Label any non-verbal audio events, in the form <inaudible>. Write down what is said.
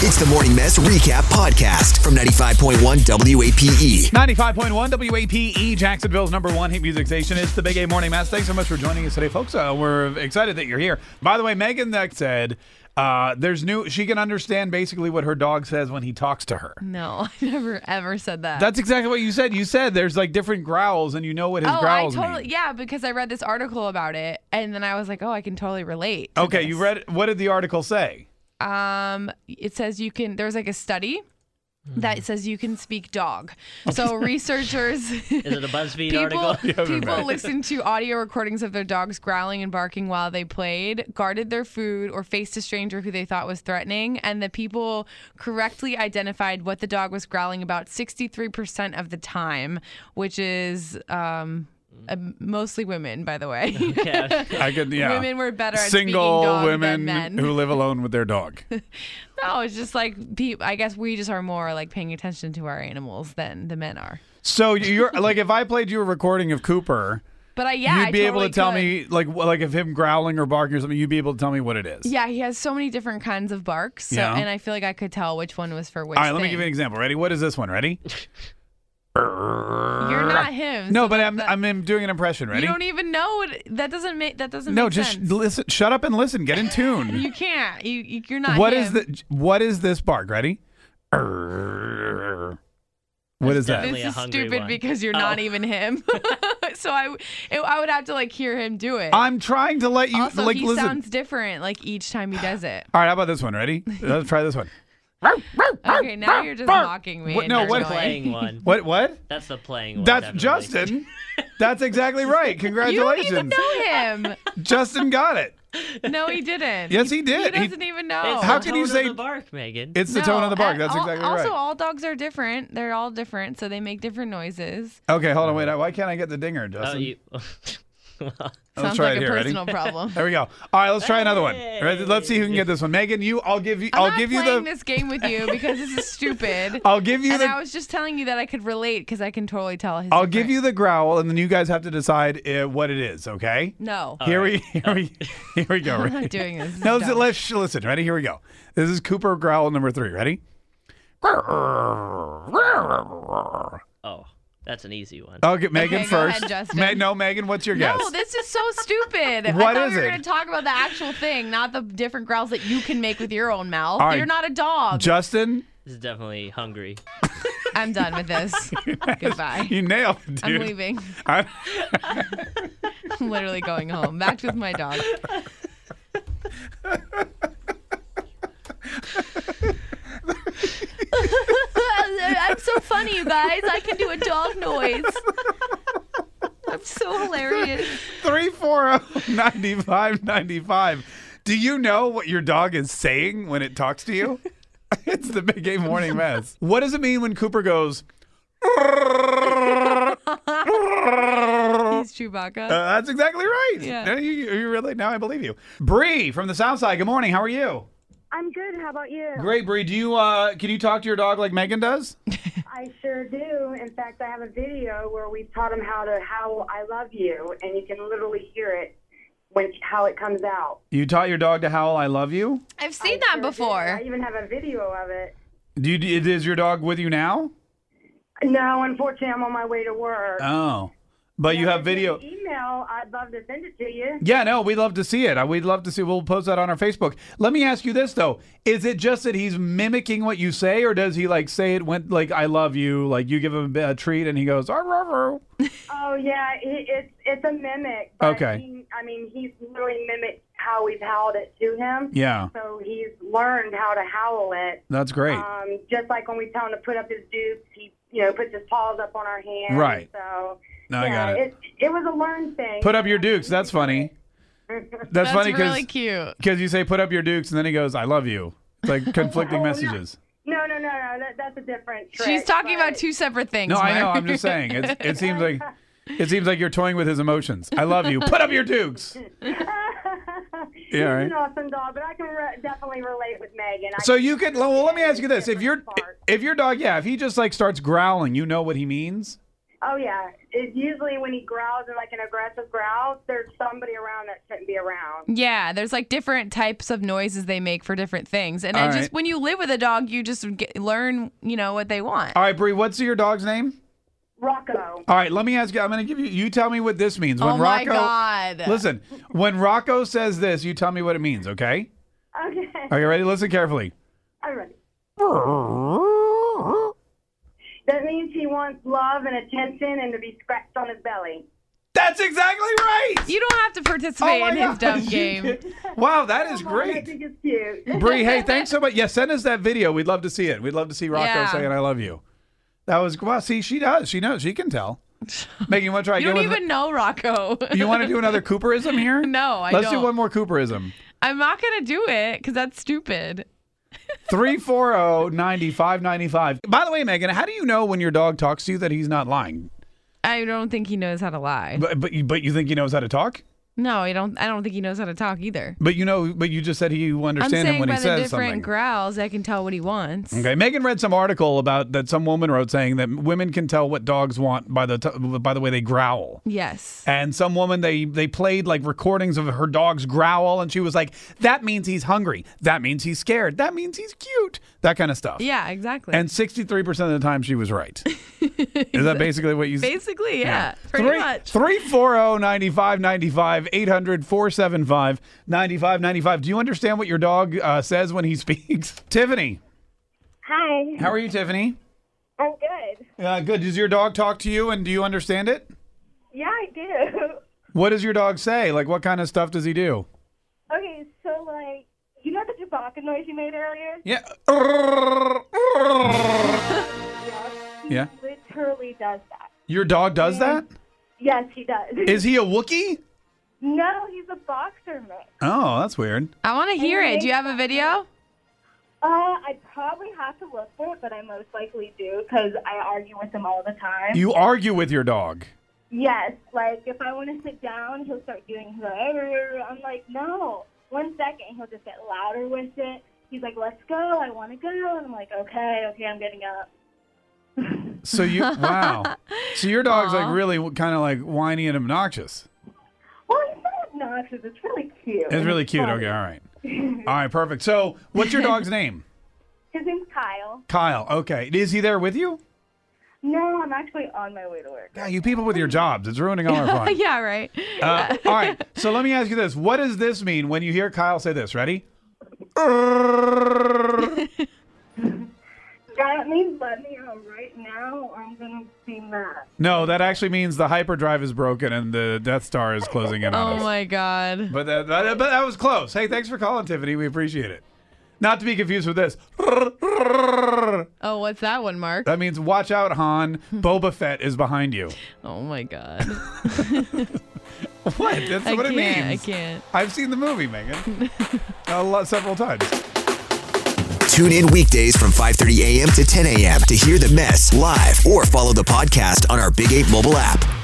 It's the Morning Mess Recap Podcast from 95.1 WAPE. 95.1 WAPE, E, Jacksonville's number one hit music station. It's the Big A Morning Mass. Thanks so much for joining us today, folks. Uh, we're excited that you're here. By the way, Megan that said uh, there's new. She can understand basically what her dog says when he talks to her. No, <laughs> I never ever said that. That's exactly what you said. You said there's like different growls, and you know what his oh, I growls totally mean. yeah, because I read this article about it, and then I was like, oh, I can totally relate. to Okay, this. you read. What did the article say? Um, it says you can. There was like a study that says you can speak dog. So researchers. Is it a BuzzFeed <laughs> People, article? people listened to audio recordings of their dogs growling and barking while they played, guarded their food, or faced a stranger who they thought was threatening. And the people correctly identified what the dog was growling about 63% of the time, which is um, uh, mostly women, by the way. Yeah. <laughs> I could. Yeah. Women were better at speaking Single dog than women men. <laughs> who live alone with their dog. No, it's just like people. I guess we just are more like paying attention to our animals than the men are. So you're like, if I played you a recording of Cooper, But I yeah, you'd I be able to totally tell could. me like wh- like if him growling or barking or something, you'd be able to tell me what it is. Yeah, he has so many different kinds of barks. So, Yeah. and I feel like I could tell which one was for which. All right, let me thing. give you an example. Ready? What is this one? Ready? You're You're not him. No, so but that- I'm, that- I'm I'm doing an impression. Ready? You don't even know what that doesn't make that doesn't no, make just sense. listen. Shut up and listen. Get <laughs> in tune. you can't. You you- you're not What him. is the what is this bark? Ready? What That's is that? definitely- This a is hungry stupid one. because you're Oh. not <laughs> even him. <laughs> so I w- it- I would have to like hear him do it. I'm trying to let you also, like he listen. sounds different like each time he <laughs> does it. All right, how about this one? Ready? Let's try this one. Okay, now you're just mocking me. What- and no, you're what- annoying. playing one. What? What? That's the playing one. That's definitely. Justin. <laughs> That's <laughs> exactly right. You don't Congratulations. even know him. Justin got it. No, he didn't. Yes, he He did. He- doesn't even know. It's How the can you tone of say- Oh, the bark, Megan? it's the No, tone of the bark. and That's al- exactly also, right. all dogs are different. They're all different, so they make different noises. Okay, hold on, wait. Why can't I get the dinger, oh, Justin? you. <laughs> Let's Sounds try like it a here. Ready? personal <laughs> problem. There we go. All right, let's try another one. Ready? Let's see who can get this one. Megan, you. I'll give you. I'm I'll not give you playing the. this game with you because this is stupid. <laughs> I'll give you and the. I was just telling you that I could relate because I can totally tell. His I'll give you the growl, and then you guys have to decide uh, what it is. Okay. No, Here we <laughs> here we here we go. <laughs> I'm ready? not doing this. This is No, let's, dumb. let's sh- listen. Ready? Here we go. This is Cooper growl number three. Ready? Oh, that's an easy one. Okay, Megan go first. ahead, Justin. Ma- no, Megan. What's your No, guess? this is so stupid. What I thought is we were it? going to talk about the actual thing, not the different growls that you can make with your own mouth. All right. You're not a dog. Justin, This is definitely hungry. I'm done <laughs> with this. Goodbye. you nailed it, dude. I'm <laughs> leaving. I- I'm <laughs> literally going home. Back with my <laughs> dog. I'm so funny, you guys. I can do a dog noise. I'm so hilarious. oh, 340-9595. Do you know what your dog is saying when it talks to you? <laughs> it's the big game morning mess. What does it mean when Cooper goes? <laughs> He's Chewbacca. Uh, that's exactly right. Yeah. Now you, you really now I believe you. Bree from the South Side. Good morning. How are you? I'm good. How about you? Great, Bree. Do you uh, can you talk to your dog like Megan does? I sure do. In fact, I have a video where we taught him how to how I love you, and you can literally hear it when how it comes out. You taught your dog to howl "I love you." I've seen I that sure did. before. I even have a video of it. Do you, is your dog with you now? No, unfortunately, I'm on my way to work. Oh, but you have If there's video. an Email. I'd love to send it to you. Yeah, no, we'd love to see it. I- We'd love to see. We'll post that on our Facebook. Let me ask you this though: Is it just that he's mimicking what you say, or does he like say it went like "I love you"? Like you give him a, bit- a treat and he goes "Arr, arr, arr." Oh yeah, he, it's it's a mimic. but Okay. he- I mean, he's literally mimicked how we've howled it to him. Yeah, So he's learned how to howl it. that's great. Um, just like when we tell him to put up his dukes, he you know puts his paws up on our hands. Right. So No, I yeah, got it. it was a learned thing. Put up your dukes. That's funny. That's, funny because really cute. you say put up your dukes and then he goes I love you. It's like conflicting messages. No, no, no, no. That, that's a different trick. She's talking but- about <laughs> two separate things. No, I know. Mark. I'm just saying. It's, it seems like it seems like you're toying with his emotions. I love you. Put up your dukes. She's Yeah, right. an awesome dog, but I can re- definitely relate with Megan. I So can you could. Well, let me ask you this: if your Different if your dog, yeah, if he just like starts growling, you know what he means. Oh yeah, it's usually when he growls and like an aggressive growl, there's somebody around that shouldn't be around. Yeah, there's like different types of noises they make for different things, and All I right. just when you live with a dog, you just get, learn, you know, what they want. All right, Bree, what's your dog's name? Rocco. <laughs> All right, let me ask you. I'm going to give you. You tell me what this means. When oh my Rocco, god! listen, when Rocco says this, you tell me what it means. Okay? Okay, Are you ready? Listen carefully. I'm ready. That means he wants love and attention and to be scratched on his belly. That's exactly right. you don't have to participate <laughs> in his gosh, dumb Oh you game. did- Wow, that is Oh, I great. think it's cute. Bree, hey, thanks so much. Yeah, send us that video. We'd love to see it. We'd love to see Rocco Yeah. saying "I love you." That was well. See, she does. She knows. She can <laughs> tell. Megan, you want to try You again? don't with- even know Rocco. <laughs> you want to do another Cooperism here? <laughs> No, I Let's do don't. one more Cooperism. I'm not gonna do it because that's stupid. oh, 340-9595. By the way, Megan, how do you know when your dog talks to you that he's not lying? I don't think he knows how to lie. But but you, but you think he knows how to talk? No, I don't. I don't think he knows how to talk either. But you know, but you just said he you I'm understand him saying when by he the says different something. growls, I can tell what he wants. Okay, Megan read some article about that some woman wrote saying that women can tell what dogs want by the t- by the way they growl. Yes. And some woman they they played like recordings of her dog's growl, and she was like, "That means he's hungry. That means he's scared. That means he's cute. That kind of stuff." Yeah. Exactly. <laughs> And sixty three percent of the time, she was right. Is that basically what you? said? Basically, yeah. Pretty Three, much. 340-9595, 800-475-9595. Do you understand what your dog uh, says when he <laughs> speaks? Tiffany, Hi, how are you, Tiffany? I'm good. Uh, good. Does your dog talk to you and do you understand it? Yeah, I do. <laughs> What does your dog say? Like, what kind of stuff does he do? Okay, so like, you know the Chewbacca noise you made earlier? Yeah. Yeah. Literally does that. Your dog does that? Yes, he does. Is he a Wookiee? no, he's a boxer mix. Oh, that's weird. I want to hear it. Do you have a video? Uh, I'd probably have to look for it, but I most likely do because I argue with him all the time. You argue with your dog. yes, like if I want to sit down, he'll start doing his. I'm like, no. One second, he'll just get louder with it. He's like, let's go. I want to go. And I'm like, okay, okay, I'm getting up. So <laughs> you, wow. So your dog's like really kind of like whiny and obnoxious. Well, he's not obnoxious. It's really cute. It's really cute. Okay, all right. All right, perfect. So what's your <laughs> dog's name? His name's Kyle. Kyle. Okay. Is he there with you? No, I'm actually on my way to work. Yeah, you people with your jobs. It's ruining all our <laughs> fun. yeah, right. Uh, all right. So let me ask you this: What does this mean when you hear Kyle say this? Ready? That means let me out right now, or I'm gonna be mad. no, that actually means the hyperdrive is broken and the Death Star is closing in on oh us. my god. But that, that, but that was close. Hey, thanks for calling, Tiffany. We appreciate it. Not to be confused with this. <laughs> Oh, what's that one, Mark? That means watch out, <laughs> Han. Boba Fett is behind you. Oh my <laughs> god. What? That's I what it means. can't, I can't. I've seen the movie, <laughs> Megan, a lot, several times. Tune in weekdays from 5:30 a.m. to 10 a.m. to hear the mess live or follow the podcast on our Big 8 mobile app.